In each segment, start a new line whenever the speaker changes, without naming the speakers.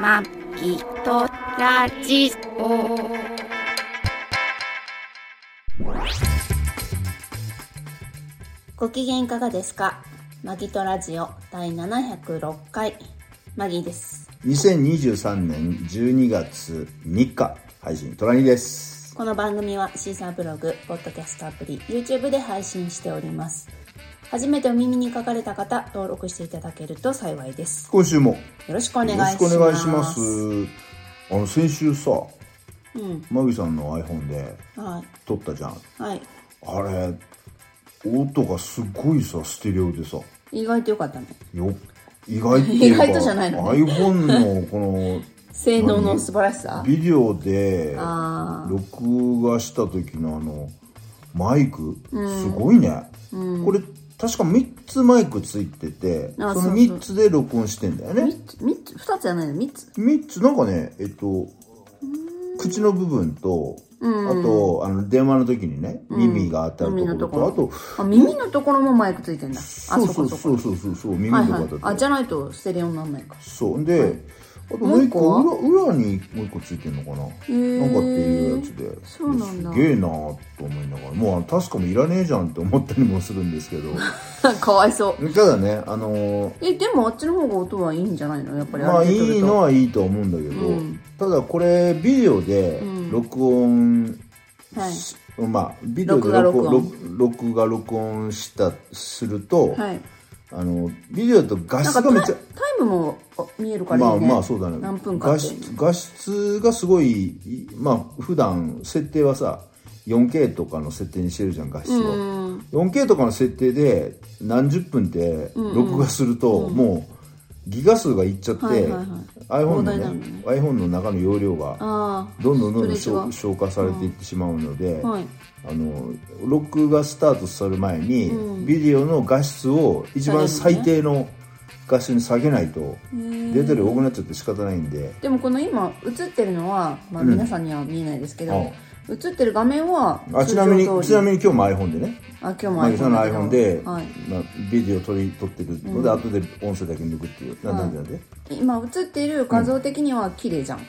まきとラジオ。
ご機嫌いかがですかマギトラジオ第706回マギです
2023年12月3日配信トラニです
この番組はシーサーブログポッドキャストアプリ YouTube で配信しております初めてお耳に書かれた方登録していただけると幸いです
今週も
よろしくお願い
よ
します
ろしくお願いしますあの先週さ
うん
マギさんの iPhone で
は
撮ったじゃん
いはい
あれ音がすごいさステレオでさ
意外と良かったね
よ意外っていう か
意外とじゃないの
iPhone のこの
性能の素晴らしさ
ビデオで
あ
録画した時のあのマイク、すごいね、これ確か3つマイクついててそ
あ
の
そうそう
3つで録音してんだよね
三つ三つ二つじゃないの三つ
3つなんかねえっと口の部分と、あとあの電話の時にね耳が当たるところと、
あ耳のところもマイクついてんだあ
あと
そ
そ
こ
う
そ
そう
こ
そうそうそうそう耳
はい
とか
は
だ
い
と、
あじゃないとステレオになんないか
そうで、あとも
もう
う
一
一
個
個
は
裏裏にもう一個ついてんのかな、
ー
なんかっていうやつで
そうなんだ
すげえなーと思いながらもう確かもいらねえじゃんって思ったりもするんです けど
かわいそう
ただねあのー
えでもあっちの方が音はいいんじゃないのやっぱり
まあ
れで撮
い
る
い
と
のはいいと思うんだけど、
うん
ただこれビデオで録音
はい
し、まあビデオで
録画
録音
録
録録画録音したすると、
はい
あのビデオだと画
なん
質
か
がめっち
タ
ゃ
イタイムもあ見えるから
ま
い
あ
いね
まあそうだね
何分か
画
って
質画質がすごいいまあ普段設定はさ 4K とかの設定にしてるじゃん画質
う
を
ん
4K とかの設定で何十分って録画すると、もうギガ数がいっちゃって、
はいはいはい
iPhone の
膨大なの
ね
ね
iPhone の中の容量が
あ
どんどんどんどん
ストレー
消
ジ
消化されていってしまうので、
あはい
あの録画スタートする前に、
うん
ビデオの画質を一番
下げる
最
のね
低の画質に下げないと、
ー
出てる多くなっちゃって仕方ないんで
でもこの今映ってるのは、まあ、
うん
皆さんには見えないですけど、映ってる画面は
あちなみにちなみ
に
に今日も iPhone でね
あ今日も
マギさんの iPhone で、
はい、
まあ、ビデオ撮り撮ってるので、後で音声だけ抜くっていう、ななんでなんで
今映っている画像的には綺麗じゃん、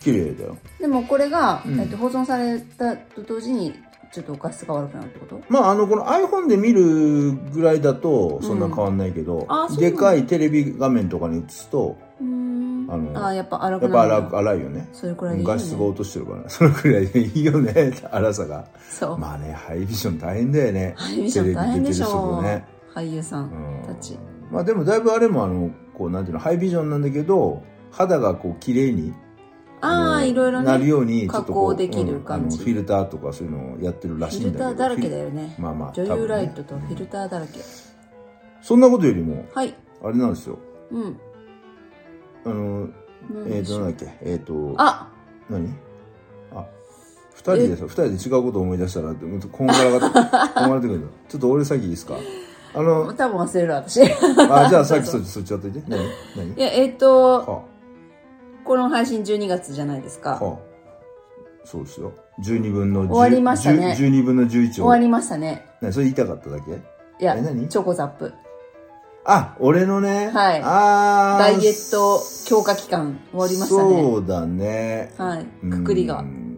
綺麗だよ
でもこれが、
うん
えっと、保存されたと同時にちょっと画質が悪くなるってこと
まああのこの iPhone で見るぐらいだとそんな変わんないけど、
あそうなんだ
でかいテレビ画面とかに映すと
うん
あの
あやっぱ荒
や
く
っぱ
なる
荒く荒いよね
それくらいでいいよ、
画
ね、
質が落としてるから ねそのくらいでいいよね荒さが
そう、
まあねハイビジョン大変だよね
ハイビジョン大変でしょ
テレビ出てる人もね
俳優さん
う
た
ん
ち、
まあでもだいぶあれもあのこうなんていうのハイビジョンなんだけど肌がこう綺麗に
ああ
の
いろいろね
なるようにちょっとこう
加工できる感じ
うんあのフィルターとかそういうのをやってるら
フ
しい
ィル
んだけ
タ
ど
ーだらけだよね
まあまあ
女優ライト
多
と
分
フ
ね
ィルターだらけ、
そんなことよりも
はい
あれなんですよ
うん
あ
な
の
ん
え
で
っ、
し
と
ょう
なんだっけえっ、と
あ
何あ二人でさ二人で違うこと思い出したらもっとこんがら がってこんがらがってくるのちょっと俺先いいですかあ
多
の
分忘れる私いや
あじゃあさっきそっちそっちやっといて何何
えっ、と
は
この配信12月じゃないですか
はそうですよ12分の10
終わりましたね
10 12分の11を
終わりましたね
ねそれ言いたかっただけ
いや
え何
チョコザップ
あ俺のね
はい
あー
ダイエット強化期間終わりましたね
そうだね
はいうくくりが
ん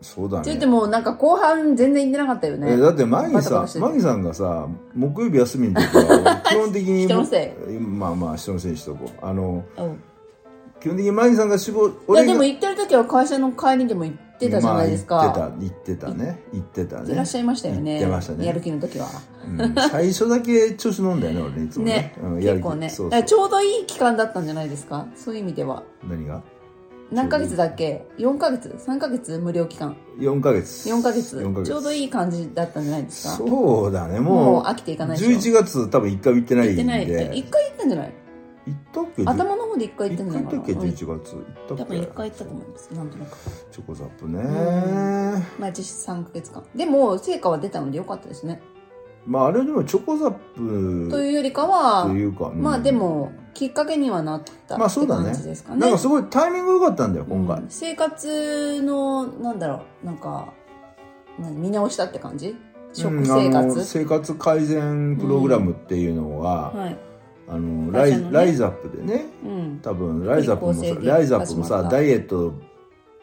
そう
っ
だ
て
ね
言ってもなんか後半全然行ってなかったよね
えだってマギ
バタバ
さ
タして
ん
て
マギさんがさ木曜日休みの時 は基本的に
人のせ
まあまあ人のせいにしとこうあの
うん
基本的にマギさんが絞
い
俺
や
が
でも行ってる時は会社の帰りでも行ってたじゃないですか、
まあ言ってた言ってたね言ってた
い
ね
らっしゃいましたよね
言ってましたね
やる気の時は
うん最初だけ調子乗んだよね俺いつも
ね
ね、うんやる
結
気
構ね
そ
だ
う
か
そ
ら
う
ちょうどいい期間だったんじゃないですかそういう意味では
何が
何ヶ月だっけ4ヶ月3ヶ月無料期間
4ヶ月
4ヶ月
四ヶ
ちょうどいい感じだったんじゃないですか
そうだね
も
も
う
う
飽きていかないでしょ
11月多分1回も行ってない
行
ん
って
で
ないえ一回行ったんじゃない
行ったっけ
頭の方で一回行ったんじゃないか
行った
な
っけ
うん
11月行っ
多
たっ
分
け
一回行ったと思いますなんとなく
チョコザップね
うんまあ実質3ヶ月間でも成果は出たので良かったですね
まああれでもチョコザップ
というよりかは
というかうん
まあでもきっかけにはなった
まあ
っ
そ
て
うだね
感じですかね,、
なんかすごいタイミング良かったんだよ今回
うん生活のなんだろうなんか何見直したって感じ食
うん
生
あの
活、
生活改善プログラムっていうのが
はい
あのラ
会社
イ
のね
ライザップでね
うん
多分ライザップも
健
さ
康制限
ライザップも
始ま
さ
った
ダイエット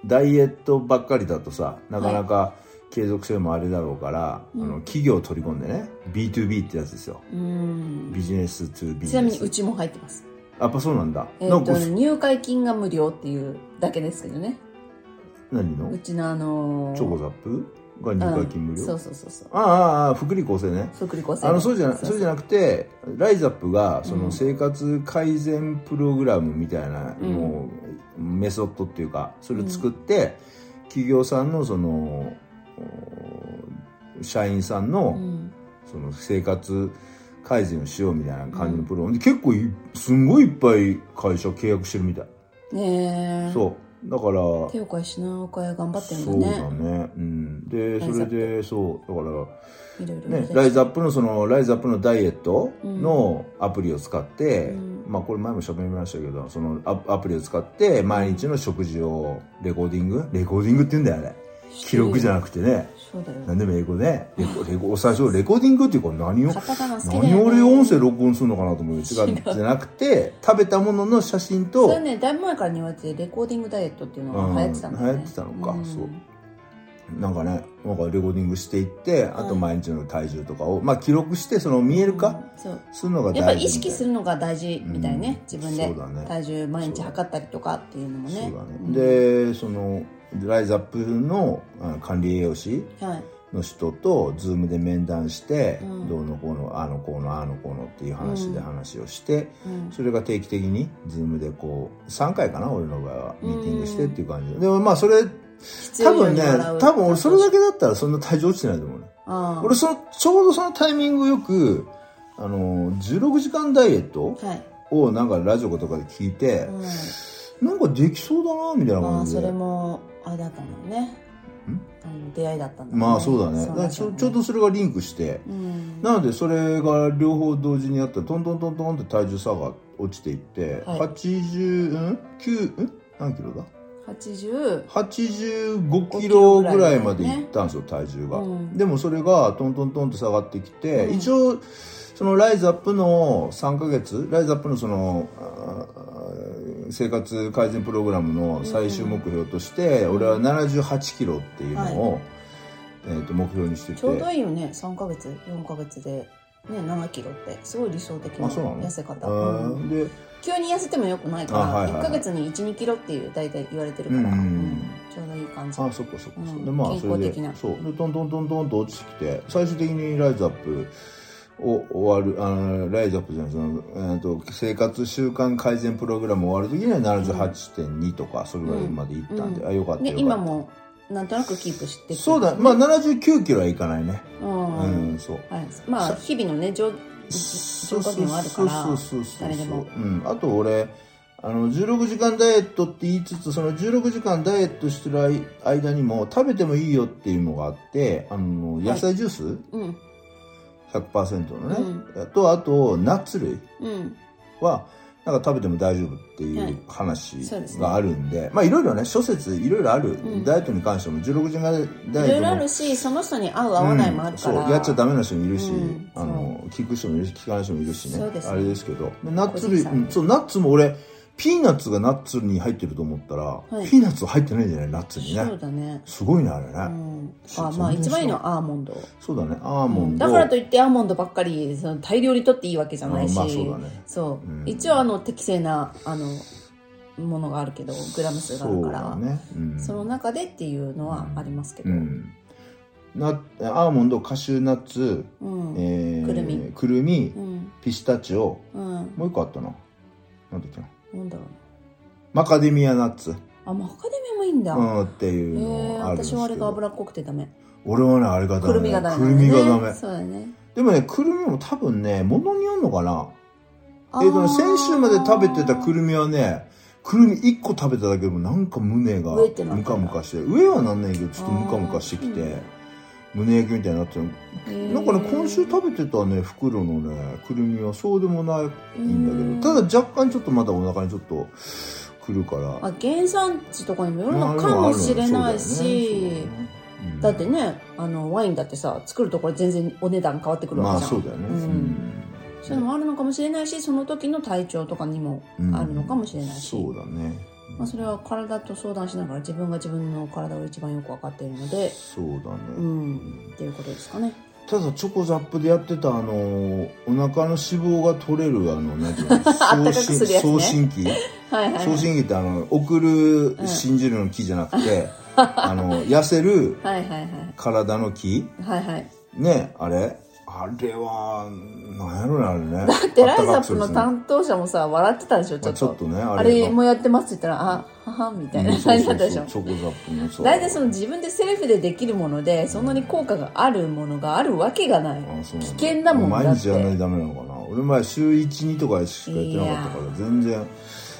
ダイエットばっかりだとさなかなか継続性もあれだろうから、
うん
あの企業を取り込んでね B2B ってやつですよ
うん
ビジネス to ビ
ち
ジ
な
ネ
みにう
ス
ちも入ってます、
やっぱそうなんだ、
え
な
ー、
ん
と
か
入会金が無料っていうだけですけどね
何
う
の
ちのあのー
チョコザップが入会金無料、
うんそうそうそうそう
ああああああ福利厚生ね
福利厚生
あのそうじゃなそうじゃ
ゃ
なくてライザップがそうの
ん
生活改善プログラムみたいな、
うん
もうメソッドっていうかそれを作って、企業さんのそのお社員さんの,、
うん
その生活改善をしようみたいな感じのプログラムで、結構いすんごいいっぱい会社契約してるみたい、
ねえ
そうだから
手を変え品を変え頑張ってる
そうん
だね
だね、うん、でそれでそうだから
いろいろ
ね、ライ
ズ
ズアップのそのライズアップのダイエットのアプリを使って、
うん
まあこれ前も喋りましたけどそのアアプリを使って毎日の食事をレコーディングレコーディングって言うんだよあれ記録じゃ
ん
なくてね
そうだよ
何でも英語ねレコレコ最初レコーディングっていうか何を
カタカナ好きだよ、ね、
何を俺音声録音するのかなと思うけど違う
違う
じゃなくて食べたものの写真
それ
と
はねだいぶ前から言われててレコーディングダイエットっていうのが流行ってたんだ
う
よね
ん流行ってたのか
ん
そうなんかねなんかレコーディングしていってあと毎日の体重とかを、まあ記録してその見える化
うんそう
するのが大事
やっぱ意識
みたいな
するのが大事みたいね、
うん
自分で
そうだね
体重毎日測ったりとかっていうのもね
そうだね、
うん
でそのライズアップのあ管理栄養士
はい
の人とズームで面談して、
うん
どうのこうのあのこうのあのこうのっていう話
う
で
ん
話をして、
うん
それが定期的にズームでこう3回かな俺の場合はミーティングして
うん
っていう感じで、でもまあそれ
必
多
要以上
分
に
ね
笑う
多分俺それだけだったらそんな体重落ちてないと思うね、
ああ
俺そのちょうどそのタイミングよくあの16時間ダイエット
はい、
をなんかラジオとかで聞いて、
うん、
なんかできそうだなみたいな
ま
感
あ
じ
そ
で
れもあれだったんだよねあの出会いだったんだ、
まあそうだねだ
な
から
ん
ちょちょうどそれがリンクして
うん
なのでそれが両方同時にやったらトントントントンって体重差が落ちていって、
はい
80ん9ん何キロだ
80
85キロぐらいまで
ぐらい
いったんですよ体重が、
うん
でもそれがトントントンと下がってきて、
うん
一応そのライズアップの3ヶ月ライズアップのそのあー生活改善プログラムの最終目標として、
うん
俺は78キロっていうのを、えー、と目標にしてて
ちょうどいいよね3ヶ月4ヶ月で、ね、7キロってすごい理想的な
あそうなの
痩せ方、
あー
うん
で
急に痩せてもよくないか
あは
ら、
い
一
はい
1ヶ月に12キロっていう大体言われてるから、
うんうんうん
うんちょうどいい感じ
あそっかそっか、
うん
そでまあ
健
それ
康
で
的な
そうでトントントントンと落ちてきて最終的にライズアップを終わるあのライズアップじゃないその、えー、と生活習慣改善プログラム終わる時には78.2とかそれぐらいまでいったんで、
うん
あよかった
で
よかった
今もなんとなくキープしてる
そうだまあ79キロはいかないね
うん、
うん、そう
はい、まあ日々のね上
そう
上下限はあるから
そうそうそうそう
誰でも
うん、あと俺あの16時間ダイエットって言いつつその16時間ダイエットしてる間間にも食べてもいいよっていうのがあってあの
い
野菜ジュース、
うん
100%のね、とあとナッツ類
うん
はなんか食べても大丈夫ってい
はいう
話
そうですね
があるんで,、まあいろいろね諸説いろいろある、
うん
ダイエットに関しても16時間ダ
い
イエ
ろい
ッ
ろ
ト
あ
も
るしその人に合う合わないもあるから、
うんそうやっちゃダメな人もいるし、
うん
あの聞く人もいるし聞かない人もいるしね
そうですね
あれですけどでナッツ
個
類、
人差ある
うんそうナッツも俺ピーナッツがナッツに入ってると思ったら、
い
ピーナッツ入ってないんじゃないナッツに
そう
ね
だね、
すごいねあれね、
うん、
そう
あまあ
全然
一番いいのはアーモンド
そうだねアーモンド、
だからといってアーモンドばっかりその大量にとっていいわけじゃないし、
あまあそうだね
そう
うん
一応あの適正なあのものがあるけどグラム数がある
そ
か
うだ
ら
ね、うん、
その中でっていうのはありますけど、
うん、なアーモンドカシューナッツ、
うん
えー
くるみ
くるみ
うん
ピスタチオ
うん
もう一個あったななんだっけな
なんだろうな
マカデミアナッツ、
あマカデミアもいいんだ、
うん、って
え
いうの
ー、
があるんです
私
けど、
はあれが脂っこくてダメ
俺はねあれがダメ
くるみがダメ
くるみがダメ
そうだね
でもねくるみも多分ね物によるのかな
あー
えーとね先週まで食べてたくるみはねくるみ1個食べただけでもなんか胸が
上ってなったん
ム
だ
カムカして上はなんないけどちょっとムカムカしてき
あ
て
ー
胸焼けみたいになってるなんかね今週食べてたね袋のねくるみはそうでもないんだけどただ若干ちょっとまだお腹にちょっとくるから
あ原産地とかにもよる
まあ
の
で
か
もあ
も
るわ
しれない
そうだよね
し
そうだよねうん
だってねあのワインだってさ作るところ全然お値段変わってくるわ
ま
け
あ
じゃん、
そうだよね
うん
うん
そういうのもあるのかもしれないしその時の体調とかにも
うん
あるのかもしれないし、
そうだね。
まあ、それは体と相談しながら自分が自分の体を一番よく分かっているので、
そうだね。
うん、っていうことですかね。
ただチョコザップでやってたあのお腹の脂肪が取れるあのなん ていうの送
くするやつね
信送信機
はいはい、
送
はい
信機ってあの送る
ん
信じるの木じゃなくてあの痩せる
はいはい
体の木
はいはい。
ねあれあれはなんやろねあれねだ
テライザップの担当者もさ笑ってたでしょちょっと,、
ちょっとね
あ
あ
れ
れ
もやってますって言ったらあははみたい
うん
な
そう
感
そう
じだった
そう
でしょ
チョコザップのそう
大体その自分でセルフでできるものでそんなに効果があるものがあるわけがない
あそ
危
うなんだ
険だもんだ
毎
って
日やらないとダメなのかな俺前週12とかしかやってなかったから全然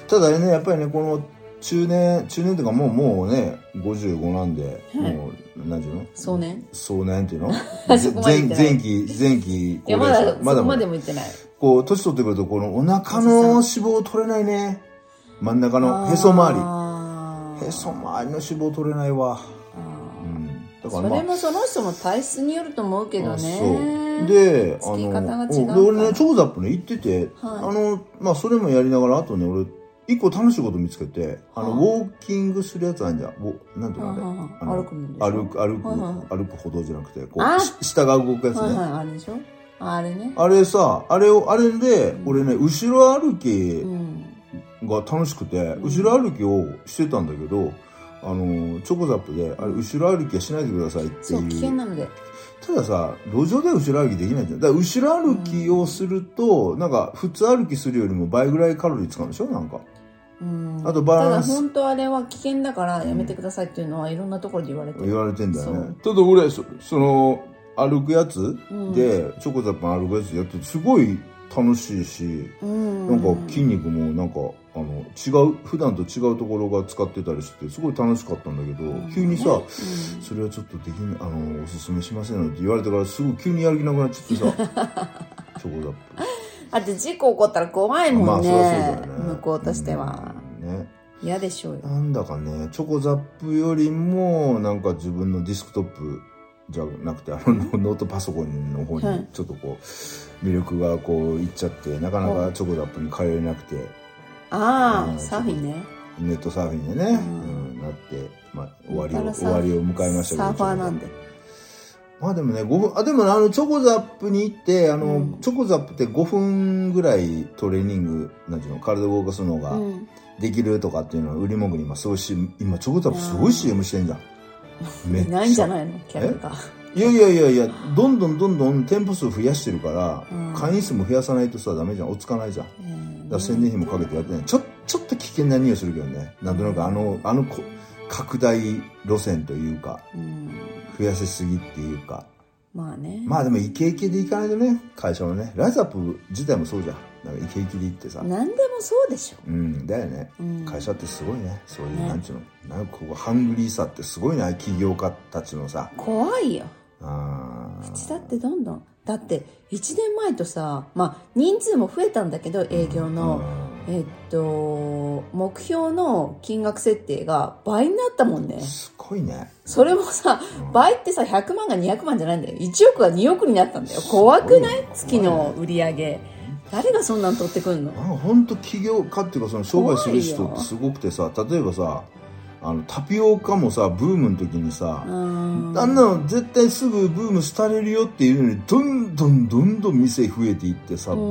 ただねやっぱりねこの中年中年とかもうもうね55なんで、
はい
もう何ていうの
そうね
壮年っていうの
そこまでいって
前
ない
前期前期
いやまだそ
まだ
こまでもいってない
こう年取ってくるとこのお腹の脂肪取れないね真ん中のへそ周
周
りへそ周りの脂肪取れないわ、うん、だから
そ
まあ
れもその人の体質によると思うけど
あ
ね
そうであ
付き方が違う
の
から
で俺ね超ザップね行ってて、
はい
あのまあそれもやりながらあとね俺一個楽しいこと見つけてあの、
は
ウォーキングするやつあんじゃんウォなんていうのあれ、
はいはいはい
あの
歩くんでしょ
歩く歩く、
はいはい
歩く歩道じゃなくてこ
あ
うし下が動くやつね、
はいはいあれでしょあれね
あれさあれをあれで俺ね後ろ歩き
うん
が楽しくて、
ん
後ろ歩きをしてたんだけどあのチョコザップであれ後ろ歩きはしないでくださいってい
そう危険なので
たださ路上では後ろ歩きできないじゃんだから後ろ歩きをすると、なんか普通歩きするよりも倍ぐらいカロリー使うんでしょなんか
うん
あとバランス
ただ本当あれは危険だからやめてくださいっていうのはいろんなところで言われて
言
る
われてんだよね
そ
ただ俺そその歩くやつ
うん
で、チョコザップの歩くやつやってすごい楽しいし、
うん
なんか筋肉もなんかあの違う普段と違うところが使ってたりしてすごい楽しかったんだけど、
うん
急にさ、
うん
それはちょっとできんあのおすすめしませんので」って言われたからすぐ急にやる気なくなっちゃって さチョコザップ。
だって事故起こったら怖いもんね,、
まあ、そりゃそうだよね
向こうとしては、
うんね
嫌でしょうよ
なんだかねチョコザップよりもなんか自分のディスクトップじゃなくてあの ノートパソコンの方
はい
にちょっとこう魅力がこういっちゃってなかなかチョコザップに通えなくて
ああ、
うん
サーフィンね
ネットサーフィンでね、
うん
うんなって、まあ、終わり
だか
を
らサ
終
ー
わりを迎えましたけど
サーファーなんで
まあでもね5分あでもねあのチョコザップに行ってあの、
うん
チョコザップって5分ぐらいトレーニングなんていうの体を動かすのが、
うん
できるとかっていうのは売り文句に今そうし今チョコザップすごい CM してんじゃんめっ
い
ちゃ
ないんじゃないのキャラが
いやいやいやいやどんどんどんどん店舗数増やしてるから、
うん
会員数も増やさないとさダメじゃん落ち着かないじゃんだか
うん
ら宣伝費もかけてやってないちょちょっと危険な匂いするけどねなんとなくあのあのこ拡大路線というか
うん
増やせすぎっていうか
まあね、
まあでもイケイケでいかないとね会社はねライズアップ自体もそうじゃんなんかイケイケでいってさ
何でもそうでしょ、
うんだよね
うん、
会社ってすごいねそういう、
ね
なんちゅうのなんかこうハングリーさってすごいな起業家たちのさ
怖いよ
あー
うちだってどんどんだって1年前とさまあ人数も増えたんだけど営業の、
うん
えっと目標の金額設定が倍になったもんね
すごいね
それもさ
うん
倍ってさ100万が200万じゃないんだよ1億が2億になったんだよ怖くない
すご
月
いね
の売り上げ誰がそんなん取ってくんの
なんか本当起業家っていうかその商売する人ってすごくてさ例えばさあのタピオカもさブームの時にさ、
うん
あんなの絶対すぐブーム廃れるよっていうのにどんどんどんどん店増えていってさブ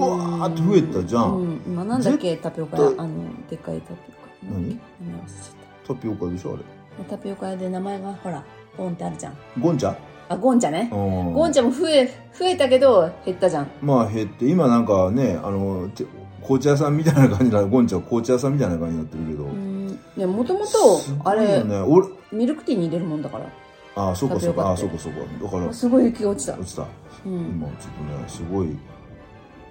ワーって増えたじゃん、
うん今なんだっけタピオカ屋あのでっかいタピオカ
何
名前忘れちゃ
タピオカでしょあれ
ったタピオカ屋で名前がほらゴンってあるじゃん
ゴンチャ
あゴンちゃんねゴ
ゴ
ンちゃんも増え増えたけど減ったじゃん
まあ減って今なんかねあのて紅茶屋さんみたいな感じなゴンちゃん紅茶屋さんみたいな感じになってるけど、
うんでもともと
すご
あ
いよ
れ
ね俺
ミルクティーに入れるもんだから
ああそうかそうかああ
タピ
そ
オ
う
カ
かそうかだから
すごい雪が落ちた
落ちた
うん、
今ちょっとねすごい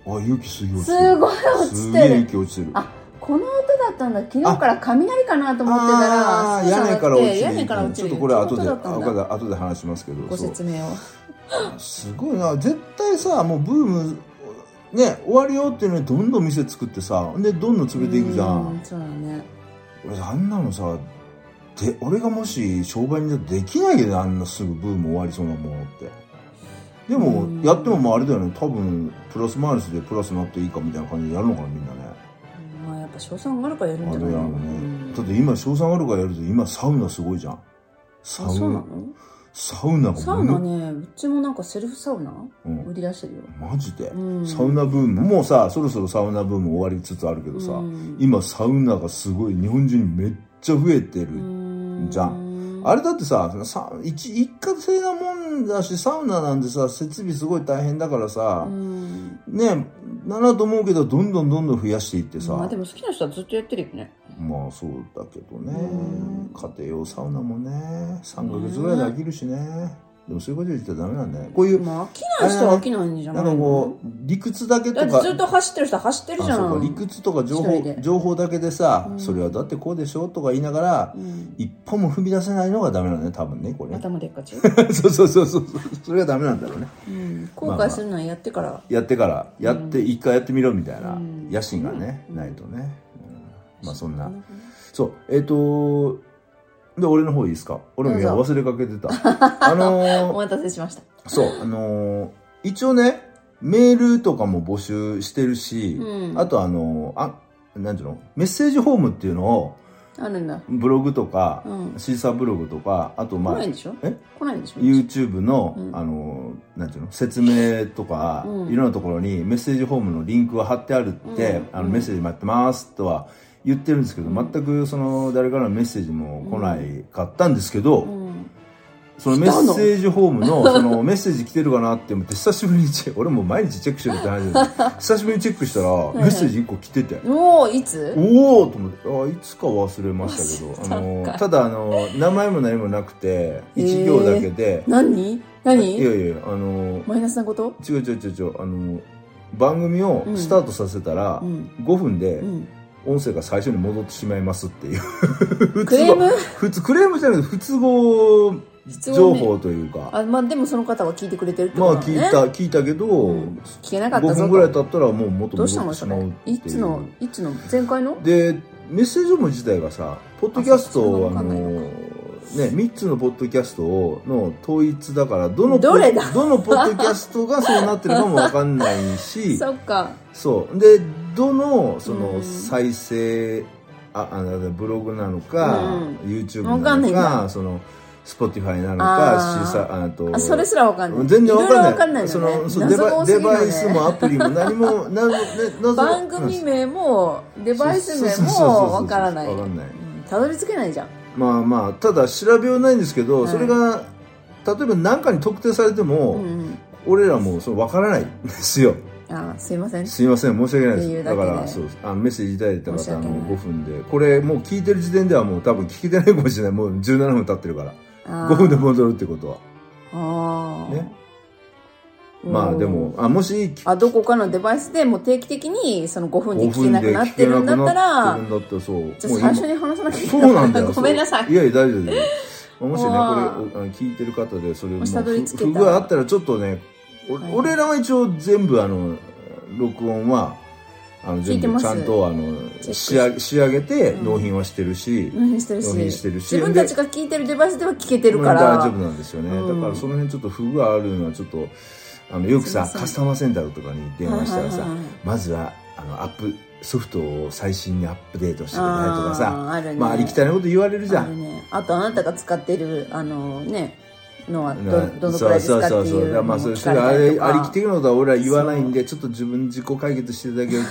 あ勇気すげえ落ちて
す
る
ごい落
す
ち
げえ
てる
勇気落ちてる
あこの音だったんだ昨日から雷かなと思ってたら
あ
す
ー
ぐ下
屋
がって
根から落ちる
屋根から落ちる
ちょっとこれ後
雪
で
の音だったんだ
後で後で話しますけど
ご
そう
説明を
すごいな絶対さもうブームね終わるよっていうのにどんどん店作ってさでどんどん潰れていくじゃん
うそうだね
俺さあんなのさで俺がもし商売人だとできないけどねあんなすぐブーム終わりそうなものってでもやってもまああれだよね多分プラスマイナスでプラスになっていいかみたいな感じでやるのかなみんなね
まあやっぱ賞賛があるからや
あ
るん
の
じゃ
や
な
る
いの
のねだって今賞賛あるからやると今サウナすごいじゃんサ
あ
ウ
そうな
ナ
の
サウナがもの
サウナねうちもなんかセルフサウナ
うん
売り出してるよ、
マジで、
うん
サウナブームもうさそろそろサウナブーム終わりつつあるけどさ、
うん
今サウナがすごい日本人めっちゃ増えてる、じゃ
ん
あれだってささ一一過性なもんだしサウナなんてさ設備すごい大変だからさ
う、ん
ねえならと思うけどどんどんどんどん増やしていってさ、
まあでも好きな人はずっとやってるよね
まあそうだけどね
うん
家庭用サウナもね3ヶ月ぐらいで飽きるしねでもそういうこと言っちゃダメなんだねこういう
まあ飽きない人は飽きないんじゃな
ないん
の
かこう理屈だけと
だっ
か
てずっと走ってる人は走ってるじゃ
あそうんか理屈とか情
一人
報
で
情報だけでさ、
うん
それはだってこうでしょとか言いながら
うん
一歩も踏み出せないのがダメなんだね多分ねこれね
頭でっかち、
そうそうそうそうそれがダメなんだろうね
うん、後悔するのはやってから
やってからやって一回やってみろみたいな
うん
野心がね、
うん
ないとね、うんまあそんなそうえっ、とで俺の方いいですか俺もいや
どう
忘れかけて たあ
お
のー
待たせしました
そうあのー一応ねメールとかも募集してるし、
うん
あとあのーあなんていうのメッセージフォームっていうのを
あるんだ
ブログとか、
うん
シーサーブログとかあと
来
まあ
ないんでしょ
え
来ないんでしょ
YouTube の、
うん
あのなんていうの説明とか、
うん
いろんなところにメッセージフォームのリンクを貼ってあるって、
うん
あ
う
の
ん
メッセージ待ってますとは言ってるんですけど、
うん
全くその誰からのメッセージも来ないかったんですけど、
うん
そのメッセージフォームのそのメッ セージ来てるかなって思って久しぶりにチェ俺もう毎日チェックしてるって話だ けど久しぶりにチェックしたら
い
メッセージ1個来てて。
おおいつ
おおと思ってあいつか忘れましたけどあ
忘れた
の
か
ただあの名前も何もなくて1行だけで、
何
いや
何
いやあの
マイナスなこと
違う違う違う違うあの番組をスタートさせたら、
うん
5分で
うん
音声が最初に戻ってしまいますっていう
ク
不都
レー
合
ム
普通クレームじゃなくて不都合
必要
情
ね
報というか、
あまあでもその方は聞いてくれてるって
ま
こと
あ
だ
聞
ね
いた聞いたけど、
うん聞けなかっ
5
たぞ
分ぐらい
と
経ったらもう元
ど
戻
うした
っ
の
てし
そ
ま
れ
うってい
いうつのいつの前回の
でメッセージフォーム自体がさポッドキャストを
あ
あ
そっかそっか
の
わかんないの
ね、3つのポッドキャストをの統一だからどのポ
どれだ
どのポッドキャストがそうなってるかもわかんないし
そっか
そうでどのその
うん
再生、ああのブログなのか、
うん
YouTube
わか
なん
ない
の
ん
か
だ
その Spotify なの
あー
かシーサーあと
あそれすらわかんない
全然わか
ろ
んない
ろわかんない
そ
よね
のそうデ
謎が
バ
多すぎる
デ
よね
バイスもアプリも何もなな謎が
番組名もデバイス名
そうそうそうそう
もわからない
わかんない
うんたどり着けないじゃん
まあまあただ調べようないんですけど、
はい
それが例えば何かに特定されても、
うん
俺らもそれ分からないんですよ
うんあすいません
すいません申し訳ないで
ってい
す
うだ
だ
けで
からそうあのメッセージいただいた
申し
方あ
訳
の
ない
5分でこれもう聞いてる時点ではもう多分聞けてないかもしれないもう17分経ってるから
5
5分で戻るってことは
あー
ねまあ
うん
でもあもし聞
あどこかのデバイスでもう定期的にその5分で
5
聞け
分
な
で
くなっ
聞
て
け
る
なん
だ
く
った
なっ
ら
てるんだったらそうもう
じゃあ最初
今
に話さなきゃいけ
そうなんだ よ
ごめんなさい
いやいや大丈夫ですもしねこれ
わあ
おあの聞いてる方でそれ
もした
まあ
どり着けた
不具合あったらちょっとねお
はい
俺らは一応全部あの録音はあの
聞い
全
てま
部
す
ちゃんとあの
チェック
仕上げ仕上げて
うん
納品はしてるし、
納品してるし
納品してるし
自分たちが聞いてるデバイスでは聞けてるから、
大丈夫なんですよね、
うん
だからその辺ちょっと不具合あるのはちょっとあのよくさ
すいません
カスタマーセンターとかに電話したら
は
さ、
いはいはい
まずはあのアップソフトを最新にアップデートしてくださいとかさ
あーあるね
まあありきたりなこと言われるじゃ
あ
ん
るねあとあなたが使ってるあのねのは
な
どどのくらいですかっていうの
ま
も
あそれ
聞
そ
か
れあ
れたり
れ
と
ありき
か
てるのとは俺は言わないんでちょっと自分自己解決していただ ける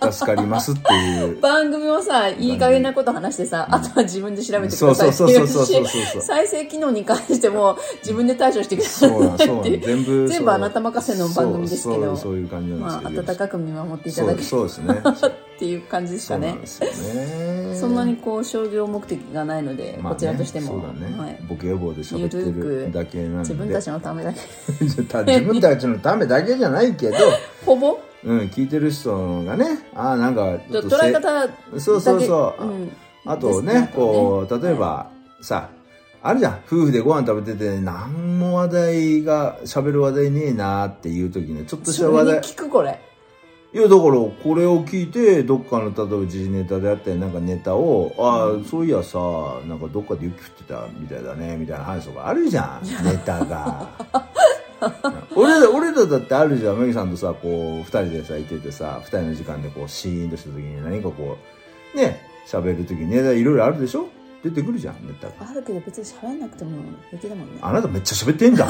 と助かりますっていう
番組もさいい加減なこと話してさ、あとは自分で調べてく
そ
だ
う
さ
そ
いうって
そう
い
そう
う
そう
し
そうそうそう
再生機能に関しても自分で対処してくださ
そうなん
い
そう
って
ないん
う
全部
全部あなた任せの番組ですけど
そうそうそういう感じ
ま
な
あ
んですけど、
温かく見守っていた
そ
だ
う
ける
そうですね
っていう感じです
そ
か
うな
ね
んですよね
そんなにこう商業目的がないので、
まあね
こちらとしても、
そうだね、
はい、
ボケ予防で喋ってるだけなんで
自分たちのためだけ
自分たちのためだけじゃないけど、
ほぼ
うん、聞いてる人がねああなんかちょっと
捉
せ
え方だけ
そうそうそう
うん、
あとね
ですね
こう例えば、さあるじゃん夫婦でご飯食べてて何も話題が喋る話題ねえなっていう時ねちょっとし
そ
た
れ
話
に
題
聞くこれ
いやだからこれを聞いてどっかの例えば時事ネタであったりなんかネタをああ、そういやさなんかどっかで雪降ってたみたいだねみたいな話とかあるじゃんネタが 俺ら俺らだってあるじゃんメギさんとさこう二人でさいててさ二人の時間でこうシーンとした時に何かこうね喋る時にねいろいろあるでしょ出てくるじゃんネタが
あるけど別に喋んなくても平気だもんね
あなためっちゃ喋ってんじ ゃん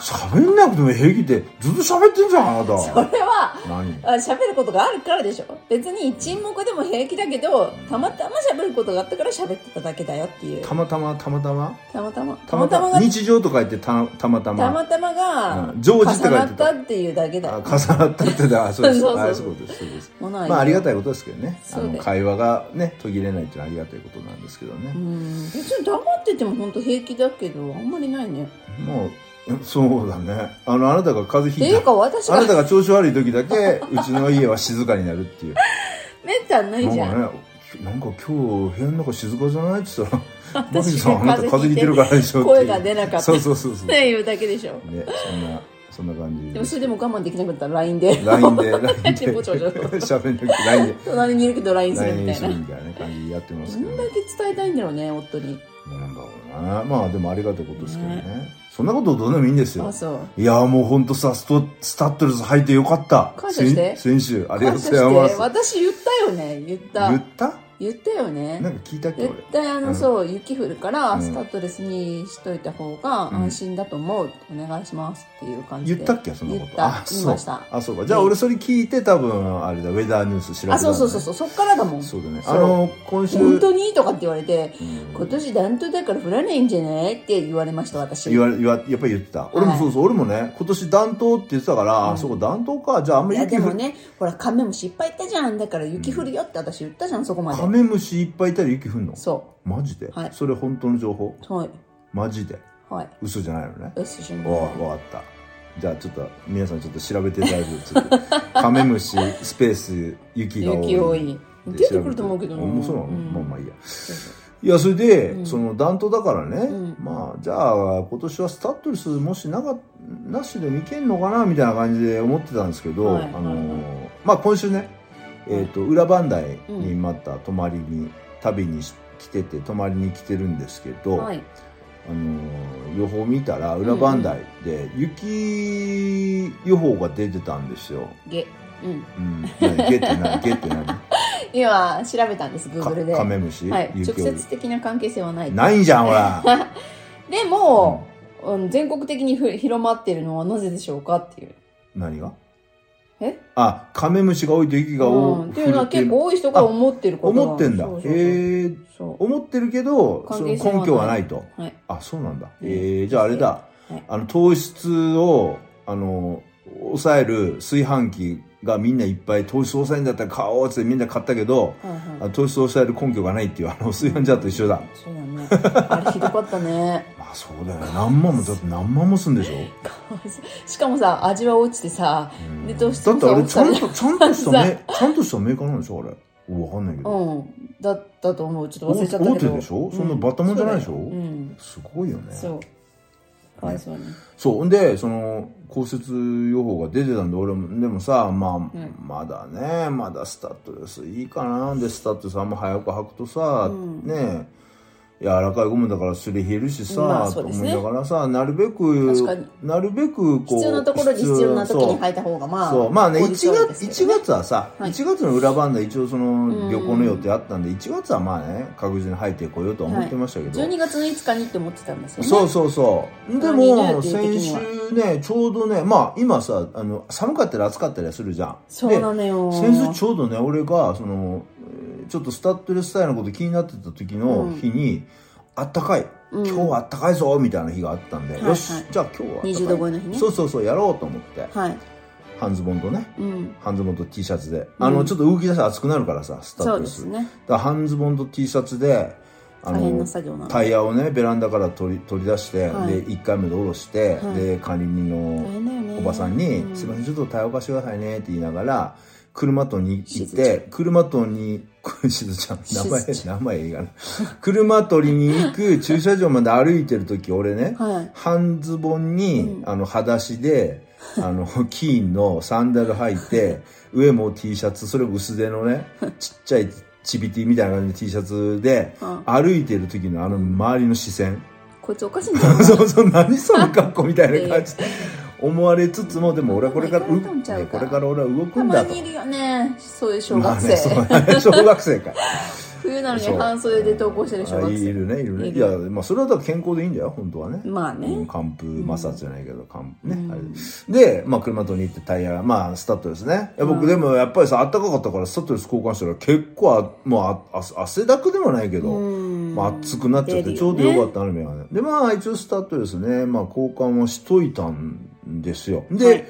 し喋んなくても平気でずっと喋ってんじゃんあな
そ
た
れは
何
あ喋ることがあるからでしょ別に沈黙でも平気だけどたまたま喋ることがあったから喋ってただけだよっていう
たまたまたまたま
たまたまた
た
ま
ま
た
た
ま
ま
が
日常とか言ってたたまた
た
ま
またまが
うん常時って
重
書いてた
なったっていうだけだ
あ
よ
重なったって だあそうです
そうそう
あそういうことですそういうことです
もの
まあありが
う
たいことですけどねあ
そうだ
の
よ
会話がね途切れないっていうのはありがたいことなんですけどね、
ん別に黙ってても本当平気だけどあんまりないね
もうそうだねあのあなたが
っ
風邪
て
ひ
い
いう
か私
たあ
が
なたが調子悪い時だけうちの家は静かになるっていう
めっちゃんないじゃん
なんかねなんか今日部屋の中静かじゃないって言ったら「マ
私
ギさんあなた
風邪ひ
風邪ひい
いて
てるからでしょ」っていう
声が出なかった
そう
っ
そうそ うそうね
ていうだけでしょ
そんなそんな感じ
でもそれでも我慢できなかったら LINE で
LINE で LINE で
ぼちぼちぼち
喋んなくて LINE で
隣にいるけど LINE するみ
LINE に
たい
する
な
みたいな感じでやってます
ど
けど
んだ
ね
け伝えたいんだろうね夫に
なんだろうなまあでもありがたいことですけどねそんなことどうでもいいんですよ
あそう
いやーもうほんとさストスタッドレス履いてよかった
感謝して
先先週ありが
感
とう
謝
ござい
し
ま
て
す
私言ったよね言った
言った
言ったよね
なんか聞いたっけ
絶
俺
対あの、
うん
そう雪降るから
うん
スタッドレスにしといた方が安心だと思う、お願いしますっていう感じ
言
で
ったっけそんなこと
言った
あ
言い
そう
ました
あそうかじゃあ俺それ聞いて多分あれだウェザーニュース調べた
あ
んだね
そうそうそうそうそっからだもん
そうだね
そう
あの今週
本当にとかって言われて
うん
今年暖冬だから降らないんじゃないって言われました私
言われ言わやっぱり言ってた俺もそうそう俺もね今年暖冬って言ってたから
うん
あそこ暖冬かじゃああんま
いや
雪
で
降
も
る
ねほらカメムシいっぱいいたじゃんだから雪降るよって私言ったじゃんそこまで
カメムシいっぱいいたら雪降るの
そ
マジで
はい
それ本当の情報
うはい
マジで
はい
嘘じゃないのね
よしじゃ
わわかったじゃあちょっと皆さんちょっと調べていただいてちょっ とカメムシスペース雪が多い
雪多い
で
出てくると思うけど
あ
な
もうそうなの、
うん
まあまあいいや
そうそう
いやそれで、
うん
その暖冬だからね、
うん
まあじゃあ今年はスタッドレスもしなかなしでもいけんのかなみたいな感じで思ってたんですけど、
はい
あの
は
ーまあ今週ね、えっと裏磐梯にまた泊まりに、旅にし来てて泊まりに来てるんですけど、
はい
あのー予報見たら裏磐梯で雪予報が出てたんですよ。
げうん
うん、何ゲって何ゲっ て何か
今調べたんですグーグルで
カ
は
メムシ、
い直
雪を
接的な関係性はない
ないんじゃん ほら、
でも、うん全国的にふ広まってるのはなぜでしょうかっていう
うん何が
え
あカメムシが多いと雪が多
うん、っていうのは結構多い人が思ってること
思ってんだ
そうそうそう
えー、
そう
思ってるけどそ
関係
の根
性はない
拠はないと
はい
あそうなんだ、
うん
えー、じゃああれだ、
はい
あの糖質をあの抑える炊飯器がみんないっぱい糖質抑えんだったら買おうっつってみんな買ったけど、
はいはい
あの糖質を抑える根拠がないっていうあ の炊飯ジャーと一緒だ、
そうだねあ れひどかったね
まあそうだよね何万もだって何万もすんでしょ、
しかもさ味は落ちてさ
うん
で
だ
糖
っ
質も
てあれちゃん
抑
とちゃんとした
さ
メちゃんとしたメーカーなんでしょあれ分かんないけど、
うんだったと思うちょっと忘
大
れちゃった
大
け
手
ど
でしょ、
うん
そんなバッタモンじゃないでしょ、
うん
すごいよね
そうかわいそうに
そう。ほんで、その、降雪予報が出てたんで、俺も、でもさ、まあ、
ん
まだね、まだスタッドレスいいかな。で、スタッドレスあんま早く履くとさ、
うん
ね柔らかいゴムだからすり減るしさ、
まあそうですね
と思いながらさ、なるべ
確か
く
に、
なるべく、こう。
必要なところに必要な時
そう
に入った方がまあ
そうまあね
効
1
率は
月
いいです
1
けどね
月はさ、
はい
1月の裏番で一応その
ん
旅行の予定あったんで1月はまあね確実に入ってこようとは思ってましたけど、
12月の5日にって思ってたんですよね
そうそうそう。で
あの
も、
20
先週ね、ちょうどね、まあ、今さ、あの、寒かったり暑かったりはするじゃん。
そうなのよ
で、先週ちょうどね、俺が、その、えーちょっとスタッドレスタイルのこと気になってた時の日に、あったかい。
う
今
ん
日はあったかいぞみたいな日があったんで、
いはい
よし、じゃあ今日はあったかい。
20度超えの日ね
そうそうそう、やろうと思って。
はい
半ズボンとね、
うん
半ズボンと T シャツで。あの、
うん
ちょっと動き出したら暑くなるからさ、スタッ
そ
ド
う
レ
で
ス。
すね
だから半ズボンと T シャツで、あ
大変な作業なの
タイヤをねベランダから取り取り出して、
はい
で1回目で下ろして、
はい
で管理人
大
の
変だよね
おばさんに「
う
すいませんちょっとタイヤ貸してくださいね」って言いながら車とに行
し
っ
ずちゃ
て車とに しずちゃん名前
しずち
名前いいかな車取りに行 く駐車場まで歩いてる時俺ね、
はい
半ズボンに、あの裸足であの金のサンダル履いて上も T シャツそれ薄手のねちっちゃいチビティみたいな感じの T シャツで
うん
歩いてる時のあの周りの視線
こいつおかしいんじゃないか
そうそう何その格好みたいな感じで思われつつもでも俺はこれから
まあ行かれたんちゃうか
ねこれから俺は動く
た
ん
ま
だと
にいるよねそういう小
まあ
学
ね
生、
そ うね小学生か
冬なのに
そう
半袖で登校してる小
あ
学
い
生
るねいるね
い
い
る
やまあそれはだから健康でいいんだよ本当はね、
まあ
うん
ね
寒風摩擦じゃないけど、寒
う
ね、
ん
あれで、まあ、車とに行ってタイヤまあスタッドレスねい
う
や
ん
僕でもやっぱりさあったかかったからスタッドレス交換したら結構あ、もうああ汗だくでもないけど、
うん
まあ、暑くなっちゃっ
出
て、
るよね
ちょうどよかったの眼鏡でまあ一応スタッドレスね、まあ、交換はしといたんですよで、
はい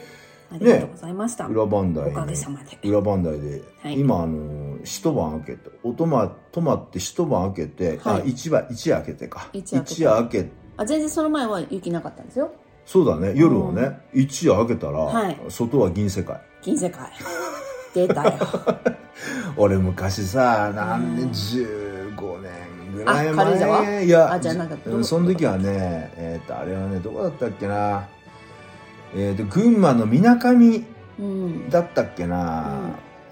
ありがとうございました、
裏磐
お
梯
かげ
の
さまで
裏磐梯で、
はい
今あの一晩開けてお泊ま泊まって一晩開けて、
はい
あ一晩一夜開けてか
一夜明けて
夜明け
あ全然その前は雪なかったんですよ
そうだね夜はね一夜明けたら、
はい
外は銀世界
銀世界 出たよ
俺昔さ何
う
年
ん
15年ぐらい前
あ軽井沢
いや
あじゃあなんかど
うんその時はねえっ、とあれはねどこだったっけなえっ、と群馬のみなかみ
うん
だったっけな、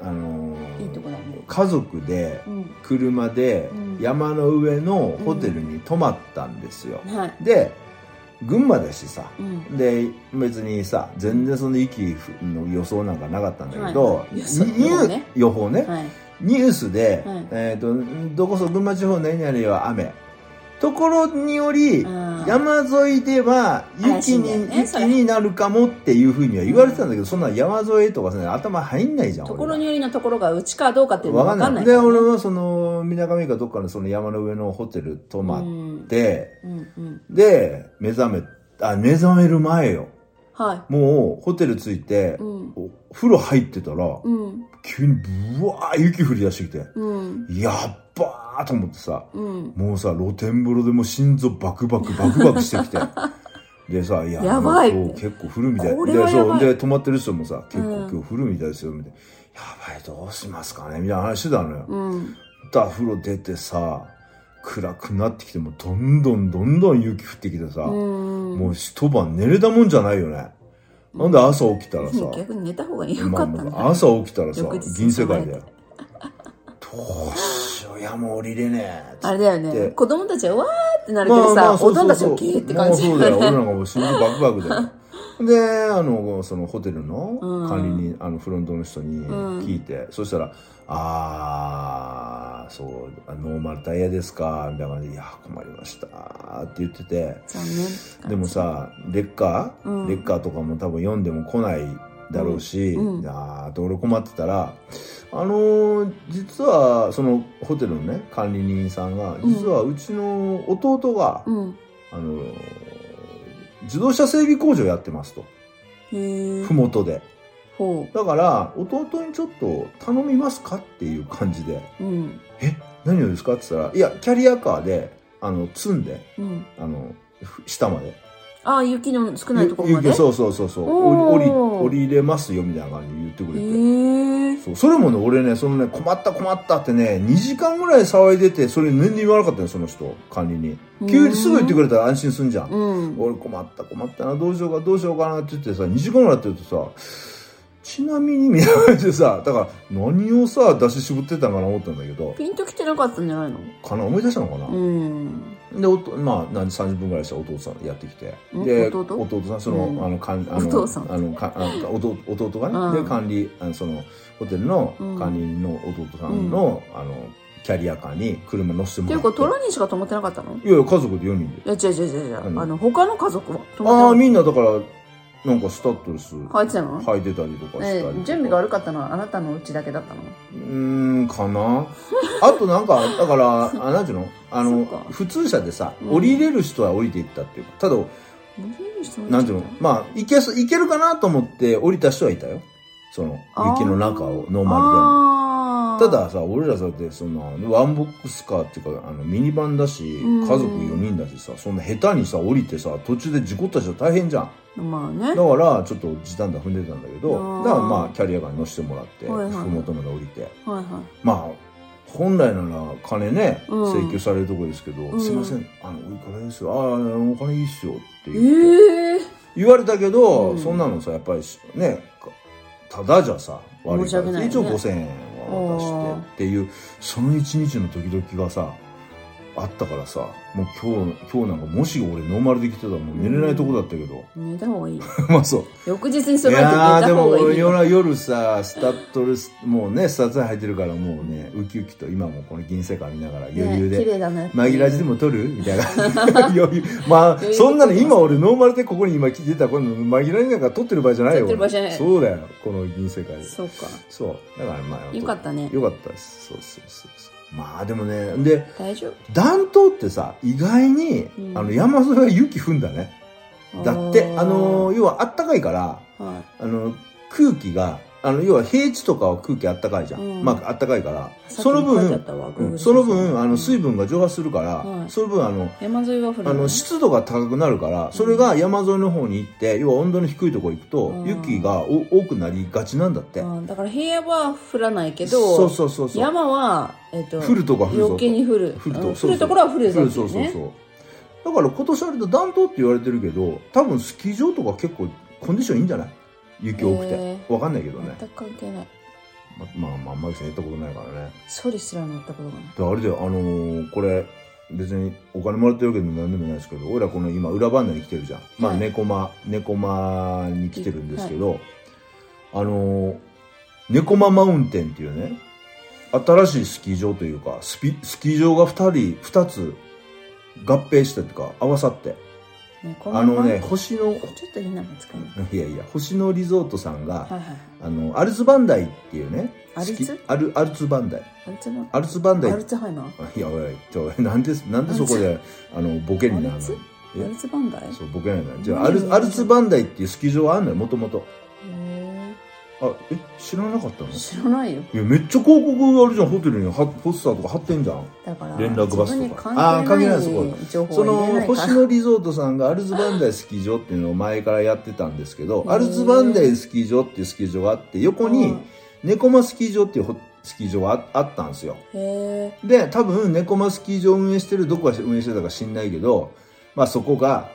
あのー
いいとこだね
家族で
うん
車で
うん
山の上のホテルに泊まったんですよ、
はい
で群馬だしさ、
うん
で別にさ全然その息の予想なんかなかったんだけど、
はい
ニ
予想
ニ
予
ュ
報
ー
ね
予報ね、
はい
ニュースで、
はい
えっ、とどこそ群馬地方何々は雨ところにより、
うん
山沿いでは
怪しい
雪
んだよ
に、
ねそ
雪
れ
になるかもっていうふうには言われてたんだけど、そんな山沿いとかさ頭入んないじゃん
とこ
俺
ろ
ら
によりのところがうちかどうかっていうの
わ
は分
かん
か
ない
んないか
で
らね
俺はそのみなかみかどっかのその山の上のホテル泊まって、
うんうんうん
で目覚めあ目覚める前よ
は
もうホテル着いて
い、うん
お風呂入ってたら、
うん
急にブワー雪降り出してきて、
うん
やっばーと思ってさ、
うん
もうさ、露天風呂でもう心臓バクバクバクバクして きて。でさ、いや、
やばい
もう今日結構降るみたい。
これは
で、
やば
そ、
いう
で、泊まってる人もさ、結
う
構
ん
今日降るみたいですよ、みたいな。やばい、どうしますかねみたいな話してたのよ。
うん
だ風呂出てさ、暗くなってきても、どんどんどんどん雪降ってきてさ、
うん
もう一晩寝れたもんじゃないよね。なんで朝起きたらさ、
逆に寝た方がよかったんだ、
まあまあ朝起きたらさ
翌日、
銀世界だよ。どうしよう、山降りれねえ。
あれだよ
で
ね子供たちはわーってなるけどさ、
そうそ
大人
う
たち
そう
はゲーって感じ
まあそう
だ
だ
よ
よ。
ね
俺なんかもう心臓バクバク だよ。で、あの、そのホテルの
うん
管理人、あの、フロントの人に
うん
聞いて、そしたら、あー、そう、あノーマルタイヤですか、みたいな感じで、いや、困りました、って言ってて、
残念
でもさ、レッカー、
うん
レッカーとかも多分読んでも来ないだろうし、
うんうん
あーと俺困ってたら、あのー実はそのホテルのね、管理人さんが、
ん
実はうちの弟が、
うん
あのー自動車整備工場やってますと、
へえ
ふもとで。
ほ
だから、弟にちょっと頼みますかっていう感じで、
ううん
何をですかって言ったら、いや、キャリアカーで、あの、積んで、
うん
あの、ふ下まで。
ああ雪の少ないところまで
ゆゆそうそうそうそう
おー
降り降り降りれますよみたいな感じで言ってく
へ
れて、
え
そうそれもね俺ねそのね困った困ったってね2時間ぐらい騒いでてそれ全然言わなかったよその人管理人急にすぐ言ってくれたら安心すんじゃん、
うん
俺困った困ったなどうしようかどうしようかなって言ってさ2時間ぐらいやってるとさちなみにみたいな感じでさだから何をさ出し絞ってたんかな思ったんだけど
ピンときてなかったんじゃないの
かな思い出したのかな、
うん
でおとまあ何30分ぐらいしたらお父さんやってきて
ん
で
弟
さんその、
うん
あのかんあの
お父さん
あのかあの弟弟がね、
うん
で管理あのそのホテルの
うん
管理人の弟さんの、あのキャリアカーに車乗せても
てい
ら
うかト
っ
ラにしか泊まってなかったのい
ていやいや家族で4人で
や違う違う違う違う、
うん
あの他の家族は泊
あ
ま
あ
って
みんなだからなんかスタッドレス
なかった入ってたの、
履いてたりとかしたり
え
とか、
準備が悪かったのはあなたのうちだけだったの
うーんかな あとなんかだからあなんていうのあ
そ
の
うか
普通車でさ、
うん
降りれる人は降りていったっていうかただなんていうのまあ、いけす、いけるかなと思って降りた人はいたよ。その、雪の中を、ノー
マ
マルでも。たださ、俺らさ、で、その、ワンボックスカーっていうか、あの、ミニバンだし、
ん
家族4人だしさ、そんな下手にさ、降りてさ、途中で事故った人大変じゃん。
まあ
だ
ね
から、ちょっと時短だ踏んでたんだけ
あー
ど、だからまあ、キャリアカーに乗せてもらって、ふ
はいはい
もとまで降りて。
はいは
まあ、本来なら金ね、
うん
請求されるとこですけど、
ん
すいません、あの、おいくらですよ、ああ、お金いいっすよって
い
言って。
ええ
言われたけど、
うん
そんなのさやっぱりしねかただじゃさ悪い
申し
から
訳ないよね
一応5000円は渡してっていうその一日の時々がさあったからさもう今日今日なんかもし俺ノーマルで来てたらもう寝れないとこだったけど、
寝た方がいい。
まあそう
翌日に備えて寝
やーで
た方
も
がいいよ。
夜夜さスタッドレスもうねスタッドレス履いてるからもうねウキウキと今もこの銀世界見ながら余裕
ね綺
で、
麗だね。
紛らわしでも撮るみたいな 余裕まあ
余裕
そんなの今俺ノーマルでここに今来てたらこの紛らわしなんか撮ってる場合じゃないよ
撮ってる場合じゃない
俺そうだよこの銀世界で
そうか。
そうだからまあ
よかったね
よかったですそうそうそうそうまあでもねで
大丈
暖冬ってさ意外に、
うん
あの山沿いは雪降んだね
夫。
だってあの
ー、
ー要はあったかいから
は
あの空気があの要は平地とかは空気あったかいじゃん、
うん
まああったかいから
い
その
さっきも書いてあっ
分、
たわ
う
Google
んその分あの水分が蒸発するから、
はい
その分あの
山沿いは降る
あ
よね
の湿度が高くなるからそれが山沿いの方に行って、要は温度の低いところ行くと、
うん
雪がお多くなりがちなんだって、
うんだから平野は降らないけど
そうそうそうそう
山は、えっと
降るとこは降るぞ
余計に降る
降る
う
と
ん
そうそう
降るところは降るぞっ
そ
て
う
い
そう
う
そう
ね
そうだから今年あれで暖冬って言われてるけど多分スキー場とか結構コンディションいいんじゃない雪多くて、
へー
わかんないけどね
全く関係ない
ままあまああんまり行ったことないからね
ソリすら乗ったことがない
であれだよあのーこれ別にお金もらってるわけでも何でもないですけど俺らこの今裏番内に来てるじゃんまあ
はい
猫間猫間に来てるんですけど、あのー猫間マウンテンっていうね新しいスキー場というかスピスキー場が2人2つ合併してっていうか合わさって
ねこ
あ
ま
の
ま
ね星
ちょっ
の
といい名前使うの
いやいや星野リゾートさんが、
はいはいはい
あのアルツバンダイっていうね
アルツ
スキアルアルツバンダイ
アルツマ
アルツバンダイ
アルツハイマー
あいやおいちょなんでなんでそこであのボケにな
アル
るの
ツ
え
アルツバンダイ
そうボケないなじゃあア
何
ルアルツバンダイっていうスキー場はあんのよもともと
へ
あえ知らなかったの
ー
い
知らないよ
やめっちゃ広告あるじゃんホテルにはポスターとか貼ってんじゃん
だから
連絡バスとか
自分に関
あー関係
係な
な
いい
そこ
情報
そ
は入れ
の
ないから
星野リゾートさんがアルズバンダイスキー場っていうのを前からやってたんですけどアルズバンダイスキー場っていうスキー場があって横に猫間スキー場っていうホスキー場がああったんですよ
うんへ
で多分猫マスキー場運営してるどこが運営してたか知んないけど、まあ、そこが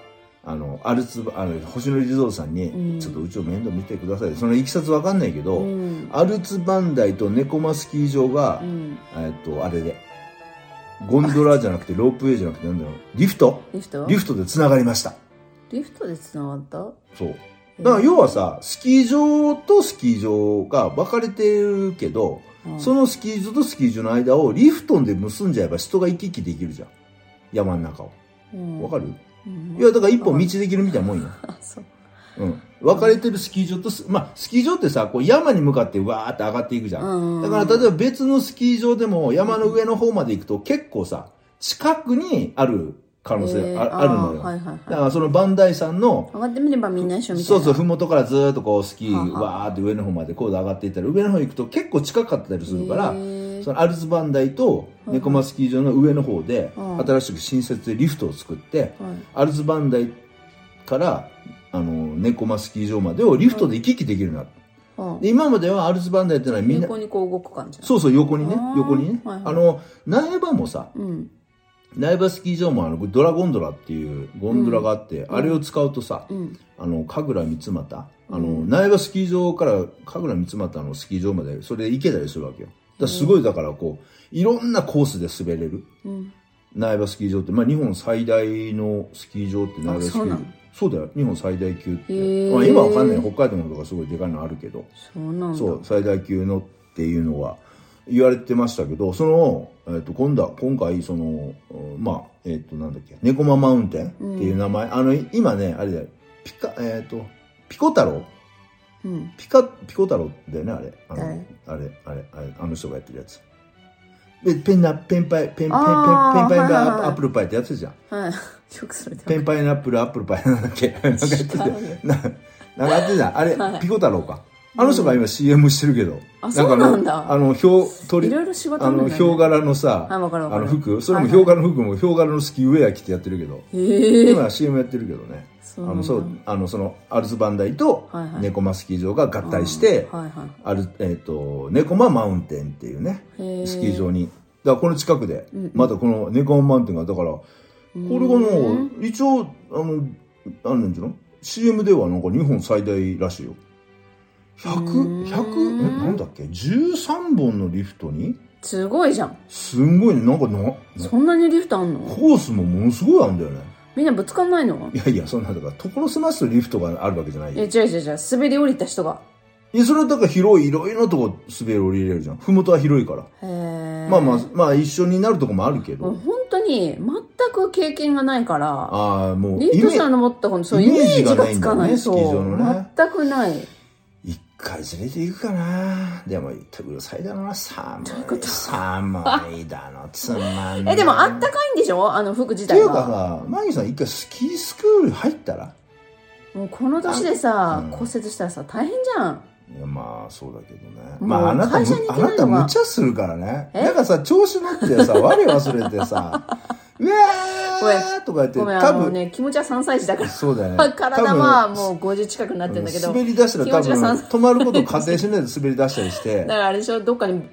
あのアルツあの星野リゾートさんに、
うん
ちょっとうちを面倒見てください」そのいきさつわかんないけ
え
ど、
うん
アルツバンダイと猫マスキー場が、
うん
えっとあれでゴンドラじゃなくてロープウェイじゃなくてなんだろうリフト
リフト
リフトでつながりました
リフトでつながった
そうだから要はさスキー場とスキー場が分かれてるけど、
うん
そのスキー場とスキー場の間をリフトンで結んじゃえば人が行き来できるじゃん。山の中を。
うん
わかる、
うん
いや、だから一本道できるみたいなもんよ。
あそう
うん。分かれてるスキー場とス、まあ、スキー場ってさ、こう山に向かってわーって上がっていくじゃん。
だ
だから
え
例えば別のスキー場でも山の上の方まで行くと結構さ、近くにある可能性
ー
あ,、あるのよ。
ーはいはい
だ
はい
からそのバンダイさんの
上がってみればみんな一緒みたい
そ
な
うそう、ふもとからずーっとこうスキー、
はあは
わーって上の方まで高度上がっていったら、上の方行くと結構近かったりするから
へ、ー
そのアルツバンダイと猫間スキー場の上の方で、
うん
新しく新設でリフトを作って、
はい
アルツバンダイから、あの、猫間スキー場までをリフトで行き来できるようになった
うん
で、今まではアルツバンダイってのはみんな
横、にこう動く感じ
そうそう、横にね
あ、ー
横にね。
はいはい
あの、苗場もさ、
ううん
苗場スキー場もあの、ドラゴンドラっていうゴンドラがあって、あれを使うとさ、
うん
あの神楽三俣あの、
うん
苗場スキー場から神楽三俣のスキー場までそれで行けたりするわけよだからすごいだからこういろんなコースで滑れる
うん
苗場スキー場って、まあ、日本最大のスキー場って苗場スキ
あそう
ー
な
場
の
そうだよ日本最大級って、
へー
まあ、今わかんない北海道の方がすごいでかいのあるけど
そうなんだ
そう最大級のっていうのは言われてましたけどその、えー、と今度は今回そのうんまあえっ、となんだっけ猫ママウンテンっていう名前、あの今ねあれだよピカえっ、とピコ太郎
うん
ピカピコ太郎だよねあれあの
誰
あれあれあれあの人がやってるやつでペンナペンパイペンペンペンペンパイ
あーはいはいはい
アップルパイってやつじゃん
はい よくそれで
ペンパイナップルアップルパイなんだっけなんかやってて
知らん よ
ななんかやってたあれ、
はい
ピコ太郎かあの人が今 CM してるけど、
あそうなんだ
かあのあの表取
い
り
ろいろ仕事
あ
あるんだ
の
ね
ヒョウ柄のさ
あわかるわか
あ
る
の服それも
はい
ヒ
はい
ョウ柄の服もヒョウ柄のスキーウェア着てやってるけど
へえ
今 CM やってるけどねあ
そうなんだ
のそうあのそのアルツバンダイと
はいはい
ネコマスキー場が合体して
はいはい
あるえっとネコママウンテンっていうね
へえ
スキー場にだからこの近くで、
うん
またこのネコママウンテンがだからこれがなんか一応あのなんていうの CM ではなんか日本最大らしいよ100、100、え、なんだっけ ?13 本のリフトに
すごいじゃん。
すんごいね、なんかな、な
そんなにリフトあんの
コースもものすごいあるんだよね。
みんなぶつかんないの
いやいや、そんな、だから、所狭しとリフトがあるわけじゃない
いや、
よ。
違う違う違う。滑り降りた人が。
いや、それはだから広い、いろいろなとこ滑り降りれるじゃん。ふもとは広いから。
へえ。
まあまあ、まあ一緒になるとこもあるけ
もう
ど。
本当に、全く経験がないから、
ああ、もう、
リフト
イメ
さんの持ったこの、そう、
イ
イ
メー
メ
ジ
ー
が
ジ
な
が
い
つ
んだよ
か
ね
ない。そ
スキー場のね
う。全くない。
一回連れて行くかなでも言ってくださいだな寒
どういう
い
こと
寒いだのつまんな い
え、でもあったかいんでしょあの服自
ってい
体
うか
が。
さマギさん一回スキースクール入ったら
もうこの年でさ
うん、
骨折したらさ、大変じゃん。
いやまあそうだけどね
もう
まああなたむ
会社に行
あ
けな
ない
のが
た無茶するからね
え
なんかさ調子乗って さ我忘れてさ「うわー!」とか言って
ごめん、
多
あの
分
ね、気持ちは3歳児だから。
そうだよね
体はもう50近くにな
多
ってんだけど。
分滑り出したら多
気持ちが
分
さ
止まることを仮定しないで滑り出したりして
だからあれでしょ、どっかに突っ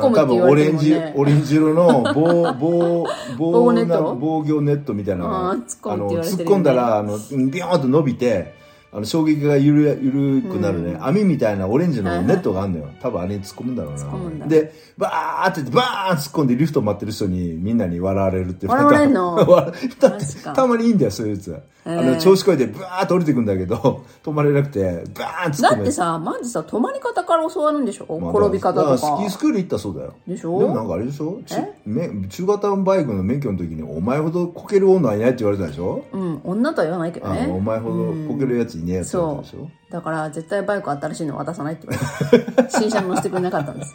込む
ー
っ
多
て言
分
わ
オ
れて
レ
る
ン
もん
ジ、
ね。
オレンジ色の 棒、棒、
防
棒
護ネット
な防御ネットみたいなのが
あー突っ込むって
の
言われて
突っ
るよね
込んだら、あの、ビヨーンと伸びて、あの、衝撃がゆる、ゆるくなるね、
うん
網みたいなオレンジ
はい
の
はい
ネットがあるのよ。多分あれに突っ込むんだろうな。
突っ込むんだ
で、バーってって、バーン突っ込んでリフト待ってる人にみんなに笑われるっていう。
笑われんの
笑だって
マジか
たまにいいんだよ、そういうやつ。あ
え
の、
ー
調子こいてバーって降りてくんだけど、止まれなくて、バーン突っ
だ
込む
っ
や
て
つ。
さ、まずさ、止まり方から教わるんでしょ
まあ
転び方
だら
と
だらスキー
か
ス。クール行ったそうだよ。
でし
でもなん
ょ
かあれでしょち
え
め中型バイクの免許の時にお前ほどこける女はいないって言われたでしょ、
うん、女とは言わないけど
あのお
ね。
前ほどこけるやついねえやつって言われたでしょ
だから、絶対バイク新しいの渡さないって言われて 新車乗せてくれなかったんです。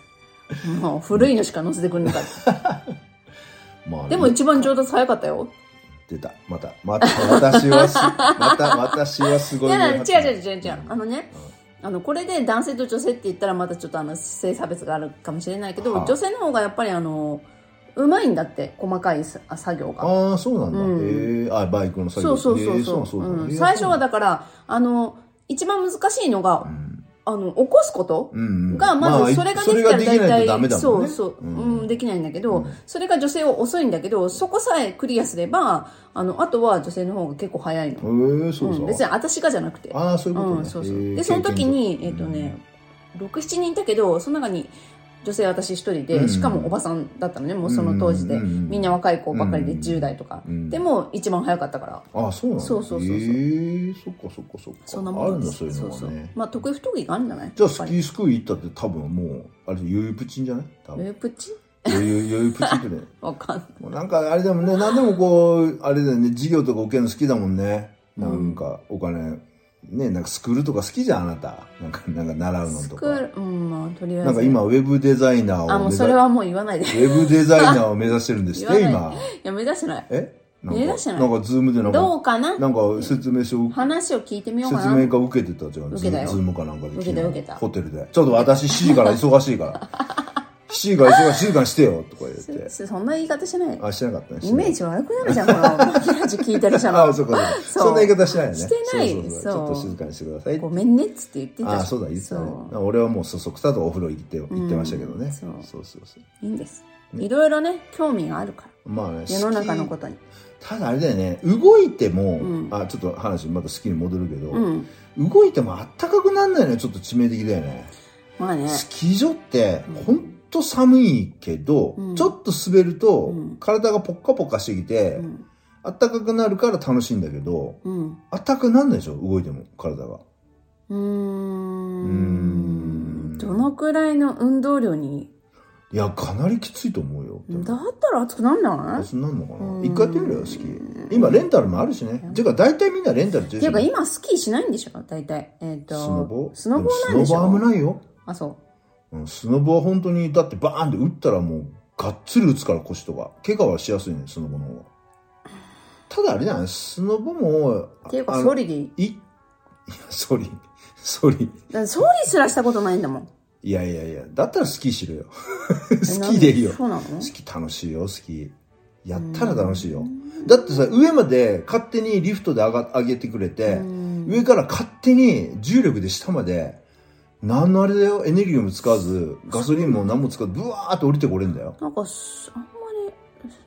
もう、古いのしか乗せてくれなかった。
まあ、
でも一番上達早かった よ。
出たまたまた私はす また私はす
い
ごい
や、
ね
だから違う違う違う違う。あのね、
うん
あの、これで男性と女性って言ったらまたちょっとあの、性差別があるかもしれないけど、
はあ
女性の方がやっぱりあの、うまいんだって、細かいすあ作業が。
ああそうなんだ、
うん
ええあバイクの作
そ
業
うそうそ
え
う
え
そう。
そうなんだ
う
ええ
ん、最初は
そう
だから、あの、一番難しいのが、
なんだ
あの、起こすこと
うんうんうん
が、まずそれができたら
それ
大
ができないと
体、
ダメだも
そ
んね
うそう、
うん
うん、できないんだけど、
うん
それが女性は遅いんだけど、そこさえクリアすれば、あの、あとは女性の方が結構早いの。
ええそう
う
そ
ん、
う、
別に私がじゃなくて。
ああそういうことね、
うん、そうそ
え
う。
え
で、その時に、
経
えっ、
験
と
上
ね、6、7人いたけど、その中に、女性私一人で、
うん
しかもおばさんだったのね、もうその当時で。
うんうんうんうん
みんな若い子ばっかりで
うん
10代とか。
うん
でも、一番早かったから。
ああそうなんだ
そうそうそうそう
ええそっかそっかそっか
そんなもん
あるん
で
だ
す
そういうのがね
そうそうまあ、得意不得意があるんじゃない
じゃあ
やっ
ス
ぱ
キ
り
ースクール行ったって多分もう、あれ、余裕プチンじゃない多
え
分。
ープチ
余裕、余裕プチンくらい。
わかんない。
もうなんかあれだもんね、なんでもこう、あれだよね、授業とか受けるの好きだもんね。なんかお金、ね、なんかスクールとか好きじゃん、あなた。なんか、なんか習うの
ス
と
クー
か。
ル、うん、まあ、とりあえず。
なんか今、ウェブデザイナーを
あ、もう
目指
それはもう言わないで。い
ウェブデザイナーを目指してるんですって、
言わ
今。
や、目指してない。
えなん
目指して
か、
ない
なんかズームでなん
ど
か、
うかな
なんか説明書を
話を聞いてみようか
説
な。
明会受けてたじゃん。
受
ズ
けたよ
ズームかなんかで
受けた
昨日
受けた
ホテルで。ちょっと私7時から忙しいから。7 時から忙しいからしてよとか言って。
そそんな言い方しない。
あ、してなかったね。
イメージ悪くなるじゃん、ほ ら。マキラジ聞いてるじゃん。
あ、 そうかそうか。
そう
そんな言い方しないよね。
してない
そうそうそうちょっと
そう
静かにしてください。
ごめんねっつって言ってたじゃん
あ、そうだ、言ってたね
そ。う
俺はもうそそくさとお風呂行って、行ってましたけど
う
ね。
ん
そ
そうう
そうそう。
いいんです。いろいろね、興味があるから。
まあね、。
世の中のこととに。
ただあれだよね、動いても
うん、
あ、ちょっと話また好きに戻るけ
う
ど、
ん。
動いてもあったかくなんないのはちょっと致命的だよね。
まあね。
スキー場って
うん
ほんと寒いけど、
うん
ちょっと滑ると
うん
体がポッカポカしてきて、
うん。
あったかくなるから楽しいんだけど、
うん。
あったかくなんないでしょ動いても体が。
うー
うーん
ん。どのくらいの運動量に
いや、かなりきついと思うよ。でも
だったら熱くなんない
そうなるのか
う
なん一回やってみるよ、スキー。今、レンタルもあるしね。ていうか、大体みんなレンタル
っ
中
てい
心
うか今スキーしないんでしょ大体。えっ、と。
スノボ
スノボなんでし
スノボ危
ょ
ないよ。
あ、そ
うんスノボは本当に、だってバーンって打ったらもう、がっつり打つから腰とか。怪我はしやすいね、スノボの方が。ただあれじゃないスノボも、
う。っていう
あ
か
の
ソリでいい。
い、い や、ソリ、ソリ。
だってソリすらしたことないんだもん。
いやいやいや、だったらスキーしろよ。
え
スキーでいいよ
なん。そうなの
スキー楽しいよ、スキー。やったら楽しいよ。だってさ、上まで勝手にリフトで上が上げてくれて、
うん
上から勝手に重力で下まで、何のあれだよ、エネルギーも使わず、ガソリンも何も使わず、ブワーって降りてこれんだよ。
なんかす、あんま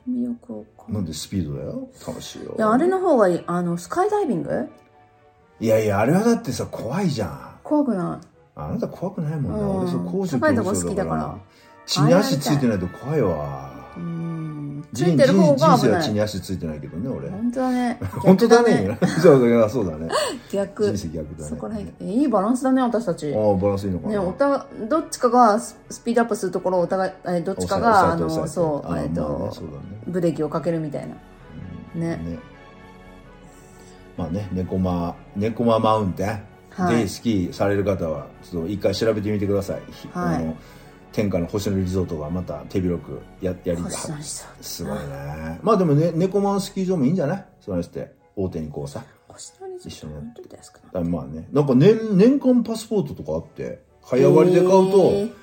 り魅力を感じ
なんでスピードだよ楽しいよ。
いや、あれの方がいい。あの、スカイダイビング
いやいや、あれはだってさ、怖いじゃん。
怖くな
あなた怖くないもんね。
うん
俺そう、高所
高いと
恐怖
こ好
症
きだ
だか
からら。
血に足ついてないと怖いわ
う。んつ
人
いてる方が
人
危
生は
な
血
い
に足ついてないけどね、俺。
本当だね
本当だね。そうだね。 そうだね。
逆
人生逆だね。
そこら辺えいいバランスだね私たち
ああ、バランスいいのかな。
ね、おたどっちかがススピードアップするところをお互いえどっちかがあ
抑
の
え抑えて
そう
あ
えっ
まあね
と
そうだね
ブレーキをかけるみたいな
うん
ね
まあね猫マ猫ママウンテン、
はい
でスキーされる方はちょっと一回調べてみてください、ひ
はい
あの天下の星野リゾートがまた手広くややりた
星野リゾート
すごいねまあでもね猫マンスキー場もいいんじゃないそうして大手にこうさ
腰のリズム
一緒にやっ
本当ですか
あまあねなんか年年間パスポートとかあって早割りで買うと、
えー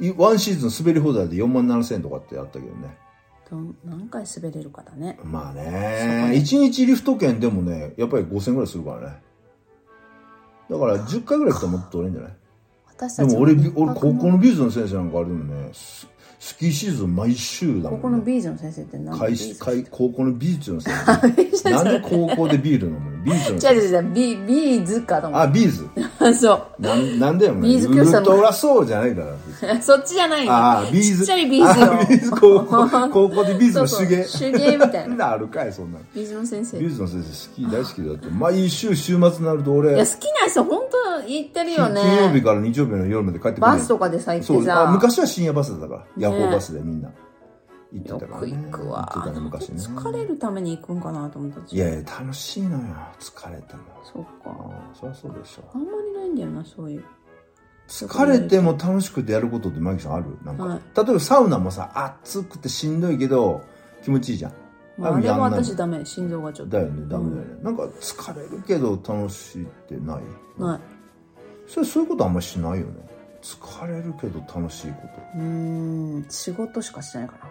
いワンシーズン滑り放題で4万7000円とかってあったけどね
どん何回滑れるかだね
まあね1日リフト券でもねやっぱり5000円ぐらいするからねだから10回ぐらい行ったらもっと取れんじゃない
私
で
たち
も俺
一
び
泊
俺
の
高校の美術の先生なんかあれでもねススキーシーズン毎週だ
高
も
校
ん
の
ね
ビーズの先生って何
開
ビー
始
ズ
開高校の美術の先 生
ビーズ
なん
の
で
先
高校でビール飲むの美術の
生違う
先
違
生
う違うビビーズかと思っ
あビーズ
た そ
なんなんだよもうウ
ビーズ教室の
ルトラそうじゃないから
うそっちじゃないよ
ああビーズ
ちっちゃいビーズよ
あビーズ高校高校でビーズの手芸
そうそう手芸みたい
なあるかいそんなの
ビーズの先生
ビュー
い
ズの先生スキー大好きだって毎週週末になると俺
や好きな人本当言ってる
き
よね
金曜日から日曜日の夜まで帰ってくる
バスとかでさ行
そ
って
うあ
さ
昔は深夜バスだから夜行バスでみんな行って
よ
たから、
く
ね、
行くわ
行ってたね昔ね
疲れるために行くんかなと思った
いやいや楽しいのよ疲れても
そっか
ああそりゃそうでしょ
あんまりないんだよなそういう
疲れても楽しくてやることってマギさんあるなんか、
はい
例えばサウナもさ暑くてしんどいけど気持ちいいじゃん
まああれ
や
は
んない
私ダメ心臓がちょっと
だよねダメだよね、なんか疲れるけど楽しいってない
ない
それそういうことあんまりしないよね疲れるけど楽しいこ
うーん仕事しかしてないかな
と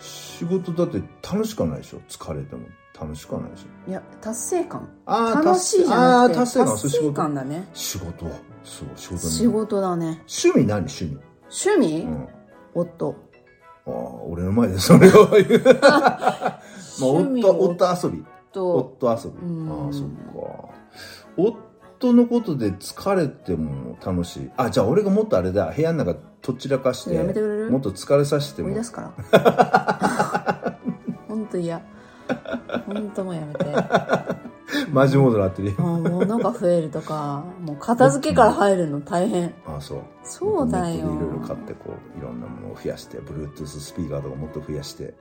仕事だって楽しくはないでしょ疲れても楽しくはないでしょ
いや達成感
あー
楽しいじゃなくて
達成あー達成感そう
達
仕
成
事
感だね
仕事そう仕事
仕事だね
趣味何趣味
趣味、
うん
夫
ああ俺の前で それを言うまあ
趣味を
夫夫遊び
夫
夫遊び
うん
ああそっか夫のことで疲れても楽しいあじゃあ俺がもっとあれだ部屋の中とっちらかして
やめてくれる
もっと疲れさせて
追
も
い出すから 本当嫌本当もうやめて
マジモードになってるよ
あー物が増えるとかもう片付けから入るの大変
ああそう
そうだよ
ネットでいろいろ買ってこういろんなものを増やして Bluetooth スピーカーとかもっと増やして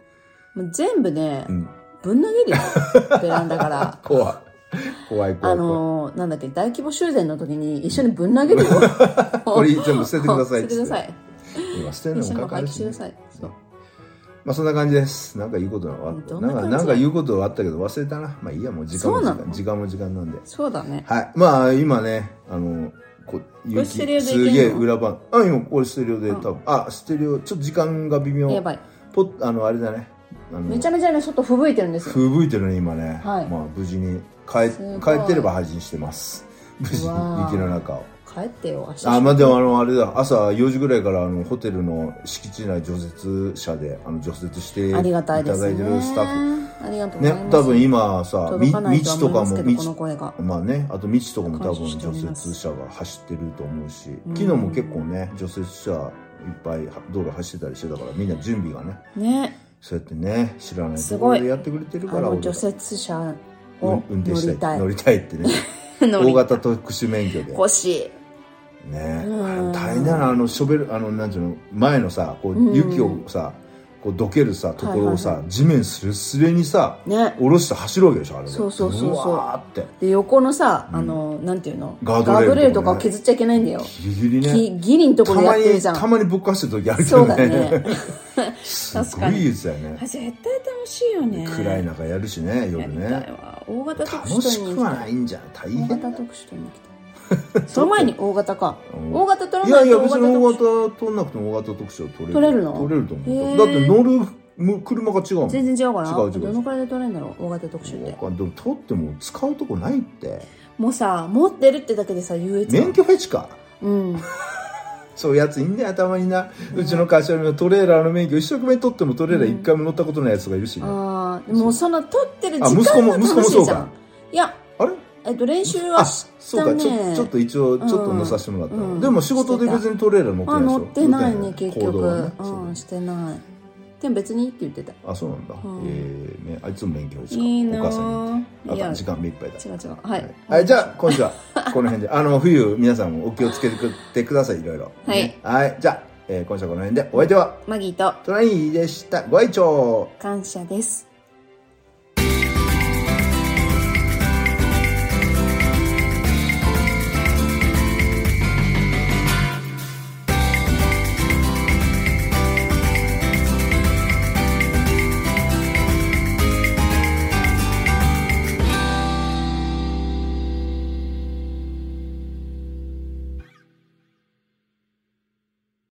もう全部ね
うん
ぶん投げるよベラン ダから
怖い怖い怖い怖
あ
い
のーなんだっけ大規模修繕の時に一緒にぶん投げる よ
これ全部捨ててください
捨 て
っつって
てください
今捨てるの
一緒
も
に
かか
廃
る
棄し
して
くだ
ね
さいそう
まあそんな感じですなんか言うことはあった
どん
な
なん感
か
じ
なんか言うことはあったけど忘れたなまあいいやもう時間も時
そうな
間
の
時間も時間なんで
そうだね
はいまあ今ねあのこゆう
ステレオ
き
でいけ
す
んの
げえ裏番あ今これステレオで多分あステレオちょっと時間が微妙
やばい
ポッあのあれだねあの
めちゃめちゃね外吹雪いてるんですよ
吹雪いてるね今ね、
はい
まあ無事に帰っ
すごい
帰ってれば配信してます無事に
うわー
雪の中を
帰ってよ明日
あまあでもあのあれだ朝4時ぐらいからあのホテルの敷地内除雪車であの除雪してい
ありが
た
た
だい
いです
て
ね
るスタッフ
ありがとうございます
ね多分今さみ
届か
道
ないとは
とか
思いますけど
も
この
道
声が
まあねあと道とかも多
感謝
分
して
除
おり
雪
ます
車が走ってると思うし
うん
昨日も結構ね除雪車いっぱいは道路走ってたりしてたからみんな準備がね
ね
そうやってね知らないと
す
こ
ごい
ろでやってくれてるか
あ
ら
の
俺
除
ら
雪車
うん
を
運転
乗
し
り
た
た
い
い
乗りたいってね
乗り
大型特殊免許で
欲しい
ね
うん
あれ大変だなあのショベルあのなんていうの前のさこ
う
うん雪をさこうどけるさところを
は
さ地面すれすれにさ
ね
下ろして走るわけでしょあれで
そうそうそうそう
わーって
で横のさあの、なんていうの
ガードレール
と
とかね
かを削っちゃいけないんだよ、
ギリギリね
ぎギリのとこ
た
ろやっ
ま
てる
に
じゃん
たまにぶっかしてる時あるけ
そ
ど
うだね
ねす
確
ご
か
い
に
やつだよね
あ絶対楽しいよね
暗い中やるしね
や
夜
りたい
ね
わ大型特
楽
殊
し
店に
く
行
は
きた
ないいんじゃん大
大
変
型特殊店に行きたいその前に大型か
うん
大型取ら
いや
ないい
や
と大
別
型
に
特殊
大型取んなくても大型特殊は取れる
取れるの
取れると思
へ
う
ー
だって乗るむ車が違うもん
全然違うから
違う違う
どのくらいで取れるんだろう大型特殊って
わかんでも取っても使うとこないって
もうさ持ってるってだけでさ優越感
免許フェチか
うん
そういうやついいんだよたまにな、うちの会社にもトレーラーの免許一生懸命取ってもトレーラー一回も乗ったことないやつがいるしね、あ
ああもうその取ってる時
あ息子
間
も
が楽しいじゃ
息子もそうん
いや
れ
えっと、練習は
あ、
し
そう
た
か、
ね。
ちょちょっと一応、ちょっと乗させてもらった
うん
の。でも仕事で別にトレーラー乗って
あ、
ないでし
乗
ょ
ってない
運
ね、
転
結
行
局。
動はねそう
うん、してない。でも別にいいって言ってた。
あ、そうなんだ。
うん
ええ、ね、あいつも勉強時間。
いいな
お母さんに。
ぁ。
あ
いや、
時間目いっぱいだ。
違う違う。はい。
はい、じゃあ、今週は、この辺で。あの、冬、皆さんもお気をつけてください、いろいろ。
はい
ねはい、じゃあ、えー今週はこの辺で、お相手は、
マギーと
トライでした。ご愛聴
感謝です。